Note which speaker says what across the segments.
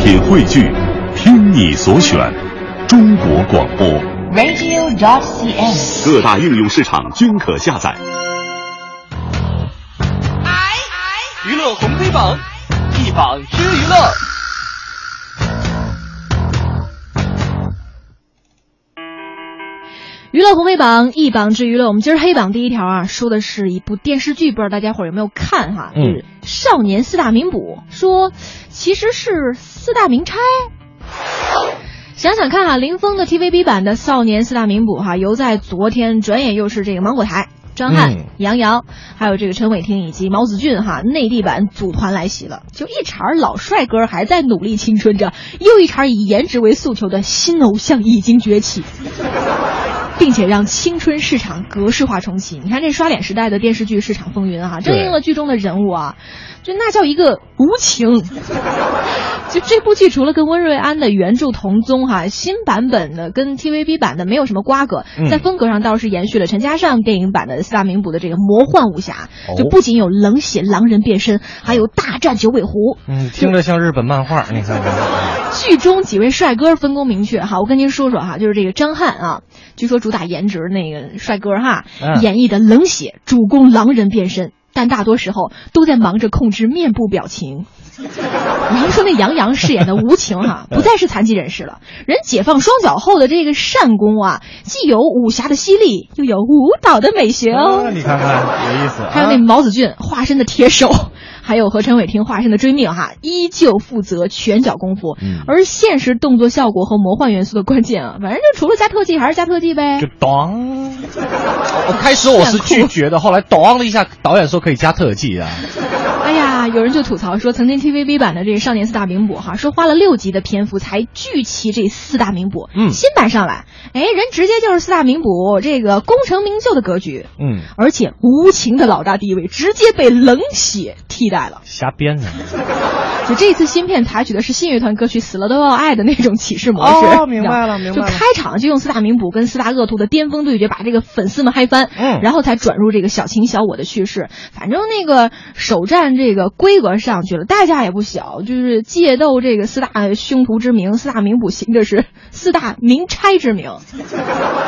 Speaker 1: 品汇聚，听你所选，中国广播。
Speaker 2: radio.cn。
Speaker 1: 各大应用市场均可下载。
Speaker 3: 娱乐红黑榜，一榜之娱乐。
Speaker 4: 娱乐红黑榜一榜之娱乐，我们今儿黑榜第一条啊，说的是一部电视剧，不知道大家伙儿有没有看哈？
Speaker 5: 嗯
Speaker 4: 就是《少年四大名捕》，说其实是四大名差。想想看哈，林峰的 TVB 版的《少年四大名捕》哈，犹在昨天，转眼又是这个芒果台。张翰
Speaker 5: 嗯、
Speaker 4: 杨洋，还有这个陈伟霆以及毛子俊哈，内地版组团来袭了。就一茬儿老帅哥还在努力青春着，又一茬儿以颜值为诉求的新偶像已经崛起。并且让青春市场格式化重启。你看这刷脸时代的电视剧市场风云啊，正应了剧中的人物啊，就那叫一个无情。 就这部剧除了跟温瑞安的原著同宗哈、新版本的跟 TVB 版的没有什么瓜葛，
Speaker 5: 嗯
Speaker 4: 在风格上倒是延续了陈嘉上电影版的四大名捕的这个魔幻武侠，
Speaker 5: 哦
Speaker 4: 就不仅有冷血狼人变身，还有大战九尾狐。
Speaker 5: 嗯，听着像日本漫 画，你看看。
Speaker 4: 剧中几位帅哥分工明确哈，我跟您说说哈，就是这个张翰啊，据说主打颜值那个帅哥哈，
Speaker 5: 嗯
Speaker 4: 演绎的冷血主攻狼人变身，但大多时候都在忙着控制面部表情。然后说那杨洋饰演的无情哈、不再是残疾人士了，人解放双脚后的这个善功啊，既有武侠的犀利，又有舞蹈的美学哦。
Speaker 5: 啊你看看，有意思。啊
Speaker 4: 还有那毛子俊化身的铁手，还有和陈伟霆化身的追命哈，依旧负责拳脚功夫。
Speaker 5: 嗯
Speaker 4: 而现实动作效果和魔幻元素的关键啊，反正就除了加特技还是加特技呗
Speaker 5: 就。咚。我开始我是拒绝的，后来咚了一下，导演说可以加特技啊。
Speaker 4: 哎呀，有人就吐槽说，曾经 TVB 版的这个《少年四大名捕》哈，说花了六集的篇幅才聚齐这四大名捕。
Speaker 5: 嗯
Speaker 4: 新版上来，哎，人直接就是四大名捕这个功成名就的格局。
Speaker 5: 嗯，
Speaker 4: 而且无情的老大地位直接被冷血替代了。
Speaker 5: 瞎编的。
Speaker 4: 就这次新片采取的是信乐团歌曲《死了都要爱》的那种启示模式，
Speaker 5: 哦明白了
Speaker 4: 你知
Speaker 5: 明
Speaker 4: 道
Speaker 5: 白了
Speaker 4: 就开场就用四大名捕跟四大恶徒的巅峰对决，把这个粉丝们嗨翻，
Speaker 5: 嗯
Speaker 4: 然后才转入这个小情小我的叙事。反正那个首战这个规格上去了，代价也不小，就是借斗这个四大凶徒之名，四大名捕行的是四大名差之名。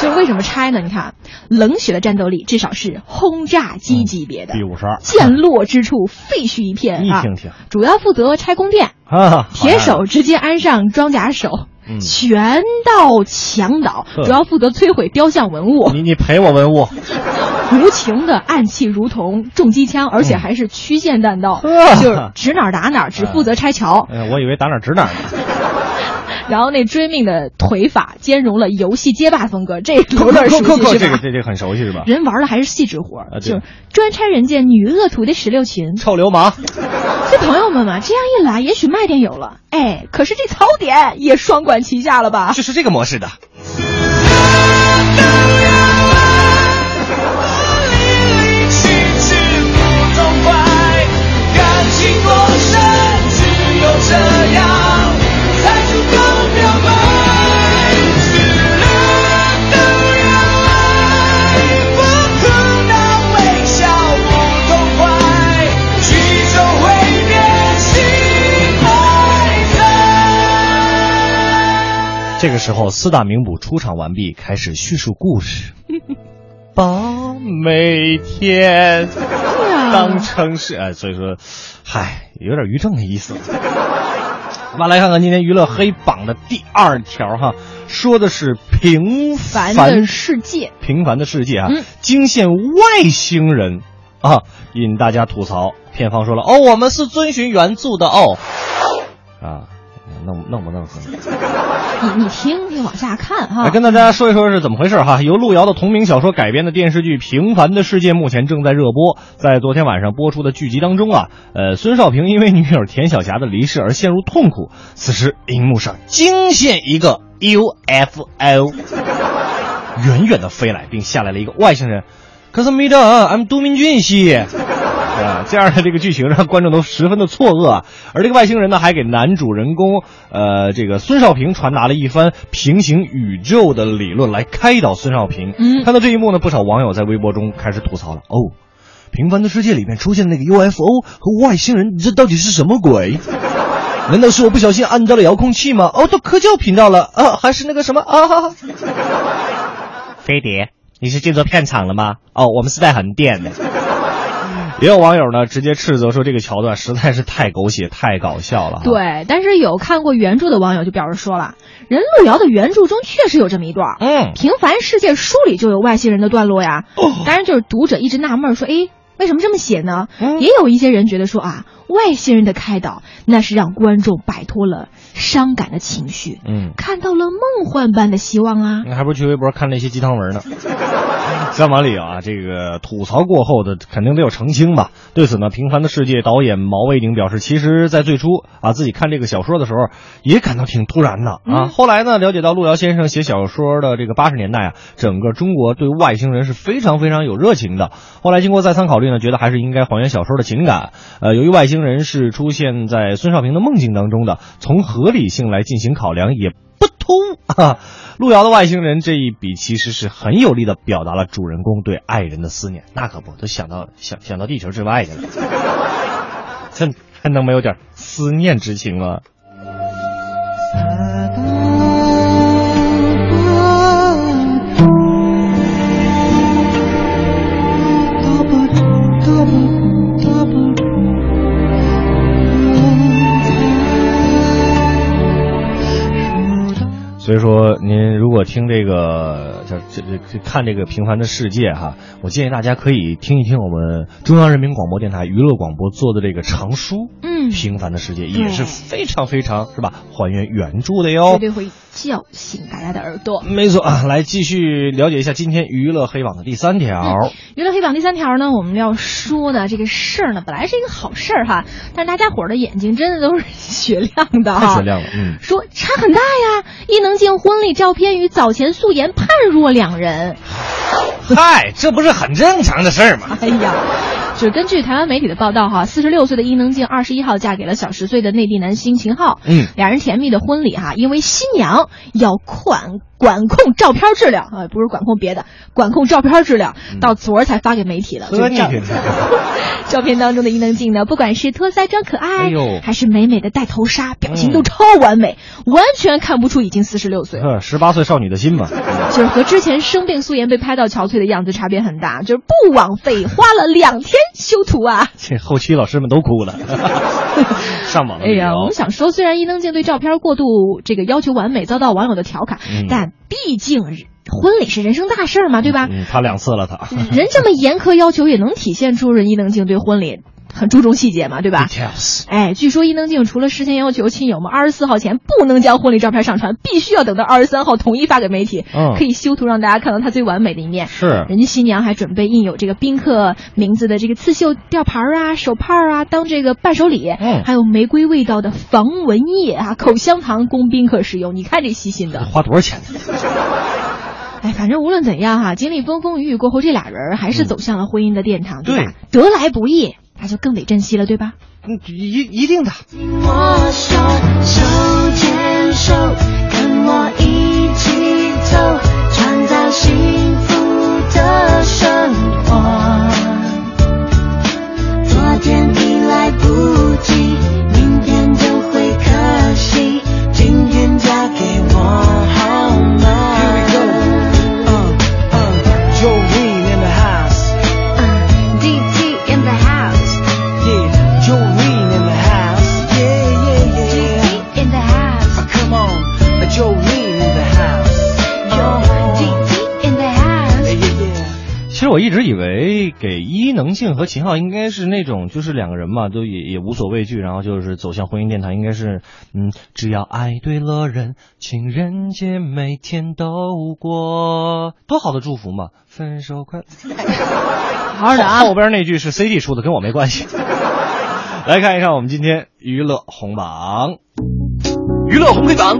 Speaker 4: 就是为什么拆呢？你看，冷血的战斗力至少是轰炸机级别的。
Speaker 5: 第五十二。
Speaker 4: 见落之处，废墟一片啊！
Speaker 5: 你听听
Speaker 4: 主要负责拆宫殿，
Speaker 5: 啊，
Speaker 4: 铁手直接安上装甲手，
Speaker 5: 嗯
Speaker 4: 全到墙倒，
Speaker 5: 呵嗯
Speaker 4: 主要负责摧毁雕像文物。
Speaker 5: 你你赔我文物，
Speaker 4: 无情的暗器如同重机枪，而且还是曲线弹道，
Speaker 5: 嗯呵
Speaker 4: 就是指哪儿打哪儿，只负责拆桥。
Speaker 5: 哎，我以为打哪儿指哪儿 呢。
Speaker 4: 然后那追命的腿法兼容了游戏街霸风格，这有点熟
Speaker 5: 这
Speaker 4: 悉是
Speaker 5: 个
Speaker 4: 吧？
Speaker 5: 这这个很熟悉是吧？
Speaker 4: 人玩的还是细致活儿，
Speaker 5: 啊对
Speaker 4: 就是专拆人家女恶徒的石榴裙，
Speaker 5: 臭流氓，
Speaker 4: 这朋友们嘛，这样一来，也许卖点有了，哎，可是这槽点也双管齐下了吧？
Speaker 5: 就是这个模式的。
Speaker 3: 气质不痛快，感情多深，只有这样才足够表白。死了都要爱，不哭闹，微笑不痛快，曲终会变心爱在。
Speaker 5: 这个时候，四大名捕出场完毕，开始叙述故事。把每天
Speaker 4: 啊
Speaker 5: 当成是哎，所以说，嗨，有点于正的意思。我们来看看今天娱乐黑榜的第二条哈，说的是平
Speaker 4: 凡
Speaker 5: 凡
Speaker 4: 的世界，
Speaker 5: 平凡的世界啊
Speaker 4: 嗯，
Speaker 5: 惊现外星人啊，引大家吐槽。片方说了，哦，我们是遵循原著的哦，啊，弄弄不弄死你？
Speaker 4: 你你听，你往下看哈
Speaker 5: 来。跟大家说一说是怎么回事哈。由路遥的同名小说改编的电视剧《平凡的世界》目前正在热播，在昨天晚上播出的剧集当中啊，呃，孙少平因为女友田晓霞的离世而陷入痛苦。此时，荧幕上惊现一个 UFO，远远的飞来，并下来了一个外星人。可是没得，I'm 杜明俊系。啊，这样的这个剧情让观众都十分的错愕啊！而这个外星人呢，还给男主人公，呃，这个孙少平传达了一番平行宇宙的理论来开导孙少平。
Speaker 4: 嗯
Speaker 5: 看到这一幕呢，不少网友在微博中开始吐槽了：哦，平凡的世界里面出现的那个 UFO 和外星人，这到底是什么鬼？难道是我不小心按到了遥控器吗？哦，到科教频道了啊，还是那个什么啊？飞碟，你是进错片场了吗？哦，我们是在横店的。也有网友呢直接斥责说这个桥段实在是太狗血、太搞笑了。，
Speaker 4: 对，但是有看过原著的网友就表示说了，人路遥的原著中确实有这么一段儿，
Speaker 5: 嗯，
Speaker 4: 平凡世界书里就有外星人的段落呀。当然，就是读者一直纳闷儿说，哎，为什么这么写呢？
Speaker 5: 嗯
Speaker 4: 也有一些人觉得说啊，外星人的开导那是让观众摆脱了伤感的情绪，
Speaker 5: 嗯，
Speaker 4: 看到了梦幻般的希望啊。
Speaker 5: 那还不如去微博看那些鸡汤文呢。 三网里啊，这个吐槽过后的肯定得有澄清吧。对此呢，《平凡的世界》导演毛卫宁表示，其实，在最初啊自己看这个小说的时候，也感到挺突然的啊。后来呢，了解到路遥先生写小说的这个八十年代啊，整个中国对外星人是非常非常有热情的。后来经过再三考虑呢，觉得还是应该还原小说的情感。呃，由于外星人是出现在孙少平的梦境当中的，从合理性来进行考量也不通 啊。路遥的外星人这一笔其实是很有力的表达了主人公对爱人的思念，那可不，都想到想想到地球之外去了， 这还能没有点思念之情吗？所以说，您如果听这个叫这这这看这个《平凡的世界》哈，我建议大家可以听一听我们中央人民广播电台娱乐广播做的这个长书，
Speaker 4: 嗯
Speaker 5: 《平凡的世界》也是非常非常是吧，还原原著的哟，
Speaker 4: 绝对会叫醒大家的耳朵。
Speaker 5: 没错啊，来继续了解一下今天娱乐黑榜的第三条。
Speaker 4: 娱乐黑榜第三条呢，我们要说的这个事儿呢，本来是一个好事儿哈，但是大家伙儿的眼睛真的都是雪亮的
Speaker 5: 太
Speaker 4: 哈，
Speaker 5: 雪亮了嗯
Speaker 4: 说差很大呀，伊能静婚礼照片与早前素颜判若两人。
Speaker 5: 嗨，这不是很正常的事儿吗？
Speaker 4: 哎呀，就是根据台湾媒体的报道哈，四十六岁的伊能静二十一号嫁给了小十岁的内地男星秦昊，
Speaker 5: 嗯
Speaker 4: 俩人甜蜜的婚礼哈、因为新娘要管管控照片质量啊、不是管控别的，管控照片质量，
Speaker 5: 嗯
Speaker 4: 到昨儿才发给媒体了。
Speaker 5: 呵
Speaker 4: 就照
Speaker 5: 你
Speaker 4: 照片当中的伊能静呢，不管是托腮装可爱，
Speaker 5: 哎呦
Speaker 4: 还是美美的戴头纱，表情
Speaker 5: 嗯
Speaker 4: 都超完美，完全看不出已经四十六岁 了。
Speaker 5: 十八岁少女的心嘛，
Speaker 4: 就是和之前生病素颜被拍到憔悴的样子差别很大，就是不枉费花了两天修图啊。
Speaker 5: 这后期老师们都哭了。 上网了
Speaker 4: 哎呀，我们想说，虽然伊能静对照片过度这个要求完美遭到网友的调侃，
Speaker 5: 嗯
Speaker 4: 但毕竟婚礼是人生大事儿嘛，对吧？嗯
Speaker 5: 嗯，他两次了，他
Speaker 4: 人这么严苛要求，也能体现出人伊能静对婚礼很注重细节嘛，对 吧？
Speaker 5: details
Speaker 4: 哎，据说伊能静除了事先要求亲友们二十四号前不能将婚礼照片上传，必须要等到二十三号统一发给媒体，
Speaker 5: 嗯
Speaker 4: 可以修图让大家看到她最完美的一面。
Speaker 5: 是
Speaker 4: 人家新娘还准备印有这个宾客名字的这个刺绣吊牌儿啊、手帕儿啊，当这个伴手礼，
Speaker 5: 嗯
Speaker 4: 还有玫瑰味道的防蚊液啊、口香糖供宾客食用。你看这细心的，
Speaker 5: 花多少钱呢？
Speaker 4: 哎，反正无论怎样哈、经历风风雨雨过后，这俩人儿还是
Speaker 5: 嗯
Speaker 4: 走向了婚姻的殿堂，
Speaker 5: 对
Speaker 4: 吧？得来不易，那就更得珍惜了，对吧？
Speaker 5: 嗯一一定的。
Speaker 2: 我手手牵手，跟我一起走，创造幸福的生活。昨天已来不及，明天就会可惜，今天嫁给我好吗
Speaker 3: Jolene Uh, in the house.
Speaker 2: Uh, ？DT in the house，DT
Speaker 3: Yeah, Jolene in the house. Yeah, yeah, yeah.
Speaker 2: in the house，
Speaker 3: Uh, come on, a Jolene in the house.
Speaker 2: 有 DT in the house
Speaker 3: Yeah,。yeah, yeah.
Speaker 5: 其实我一直以为给伊能静和秦昊应该是那种，就是两个人嘛，都也也无所畏惧，然后就是走向婚姻殿堂，应该是，嗯，只要爱对了人，情人节每天都过，多好的祝福嘛！分手快乐。
Speaker 4: 好好的啊
Speaker 5: 后，后边那句是 CD 出的，跟我没关系。来看一看我们今天娱乐红榜，
Speaker 1: 娱乐红黑榜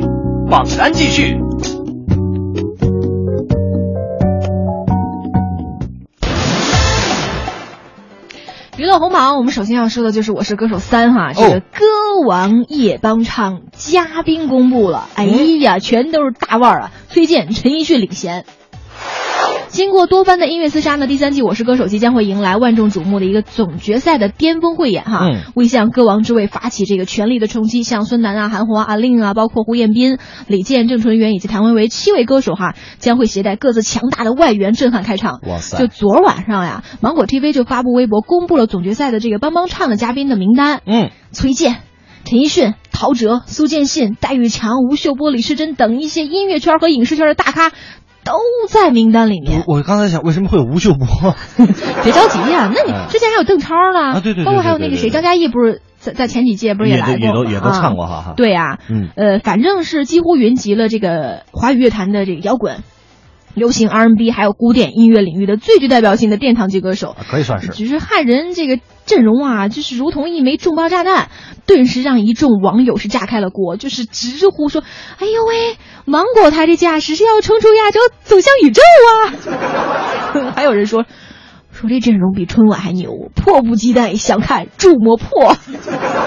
Speaker 1: 榜单继续。
Speaker 4: 娱乐红榜，我们首先要说的就是《我是歌手三》哈，这个
Speaker 5: 哦
Speaker 4: 歌王夜帮唱嘉宾
Speaker 5: 嗯
Speaker 4: 公布了，哎呀，全都是大腕儿啊！崔健、陈奕迅领衔。经过多番的音乐厮杀呢，第三季《我是歌手》即将会迎来万众瞩目的一个总决赛的巅峰汇演哈，
Speaker 5: 嗯
Speaker 4: 为向歌王之位发起这个全力的冲击，像孙楠啊、韩红啊、阿令啊，包括胡彦斌、李健、郑淳元以及谭维维七位歌手哈，将会携带各自强大的外援震撼开场。
Speaker 5: 哇塞
Speaker 4: 就昨晚上呀，芒果 TV 就发布微博公布了总决赛的这个帮帮唱的嘉宾的名单，
Speaker 5: 嗯，
Speaker 4: 崔健、陈奕迅、陶喆、苏建信、戴玉强、吴秀波、李时珍等一些音乐圈和影视圈的大咖都在名单里面。
Speaker 5: 我我刚才想为什么会有吴秀波？
Speaker 4: 别着急呀、那
Speaker 5: 哎
Speaker 4: 你之前还有邓超呢，
Speaker 5: 啊对对对
Speaker 4: 包括还有那
Speaker 5: 对
Speaker 4: 个
Speaker 5: 对
Speaker 4: 谁，
Speaker 5: 对
Speaker 4: 张嘉译不是在在前几届不是
Speaker 5: 也
Speaker 4: 来
Speaker 5: 都
Speaker 4: 过
Speaker 5: 也都也都
Speaker 4: 啊
Speaker 5: 唱过哈哈。，
Speaker 4: 对呀、
Speaker 5: 嗯
Speaker 4: 呃，反正是几乎云集了这个华语乐坛的这个摇滚、流行 R&B 还有古典音乐领域的最具代表性的殿堂级歌手。
Speaker 5: 啊可以算是。
Speaker 4: 只是汉人这个阵容啊，就是如同一枚重磅炸弹，顿时让一众网友是炸开了锅，就是直呼说：“哎呦喂，芒果台这架势是要冲出亚洲，走向宇宙啊！” 还有人说。说这阵容比春晚还牛，迫不及待想看《铸魔破》。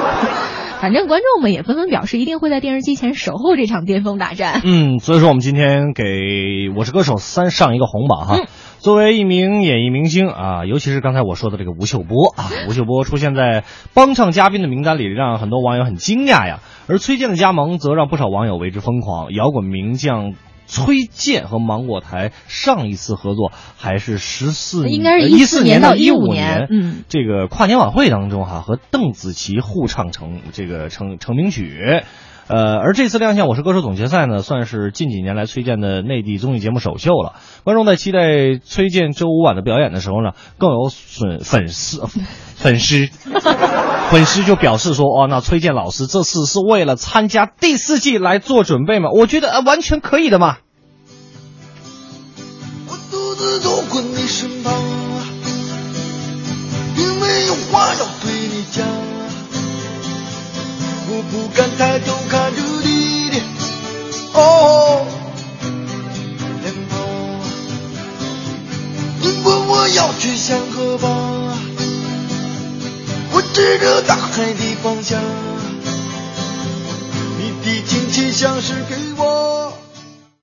Speaker 4: 反正观众们也纷纷表示，一定会在电视机前守候这场巅峰大战。
Speaker 5: 嗯，所以说我们今天给《我是歌手三》上一个红榜哈。
Speaker 4: 嗯
Speaker 5: 作为一名演艺明星啊，尤其是刚才我说的这个吴秀波啊，吴秀波出现在帮唱嘉宾的名单里，让很多网友很惊讶呀。而崔健的加盟，则让不少网友为之疯狂。摇滚名将。崔健和芒果台上一次合作还是十四，
Speaker 4: 应该是
Speaker 5: 一
Speaker 4: 14
Speaker 5: 年
Speaker 4: 年到
Speaker 5: 一五
Speaker 4: 15年嗯
Speaker 5: 这个跨年晚会当中哈、和邓紫棋互唱成这个成成名曲。呃，而这次亮相《我是歌手》总决赛呢，算是近几年来崔健的内地综艺节目首秀了。观众在期待崔健周五晚的表演的时候呢，更有粉粉丝 粉丝粉丝就表示说：“哦，那崔健老师这次是为了参加第四季来做准备吗？我觉得、呃、完全可以的嘛。
Speaker 3: 我独自走过你身旁，并没有话要对你讲。我不敢抬头看着你的哦脸庞，你问我要去向何方，我指着大海的方向。你的亲切像是给我。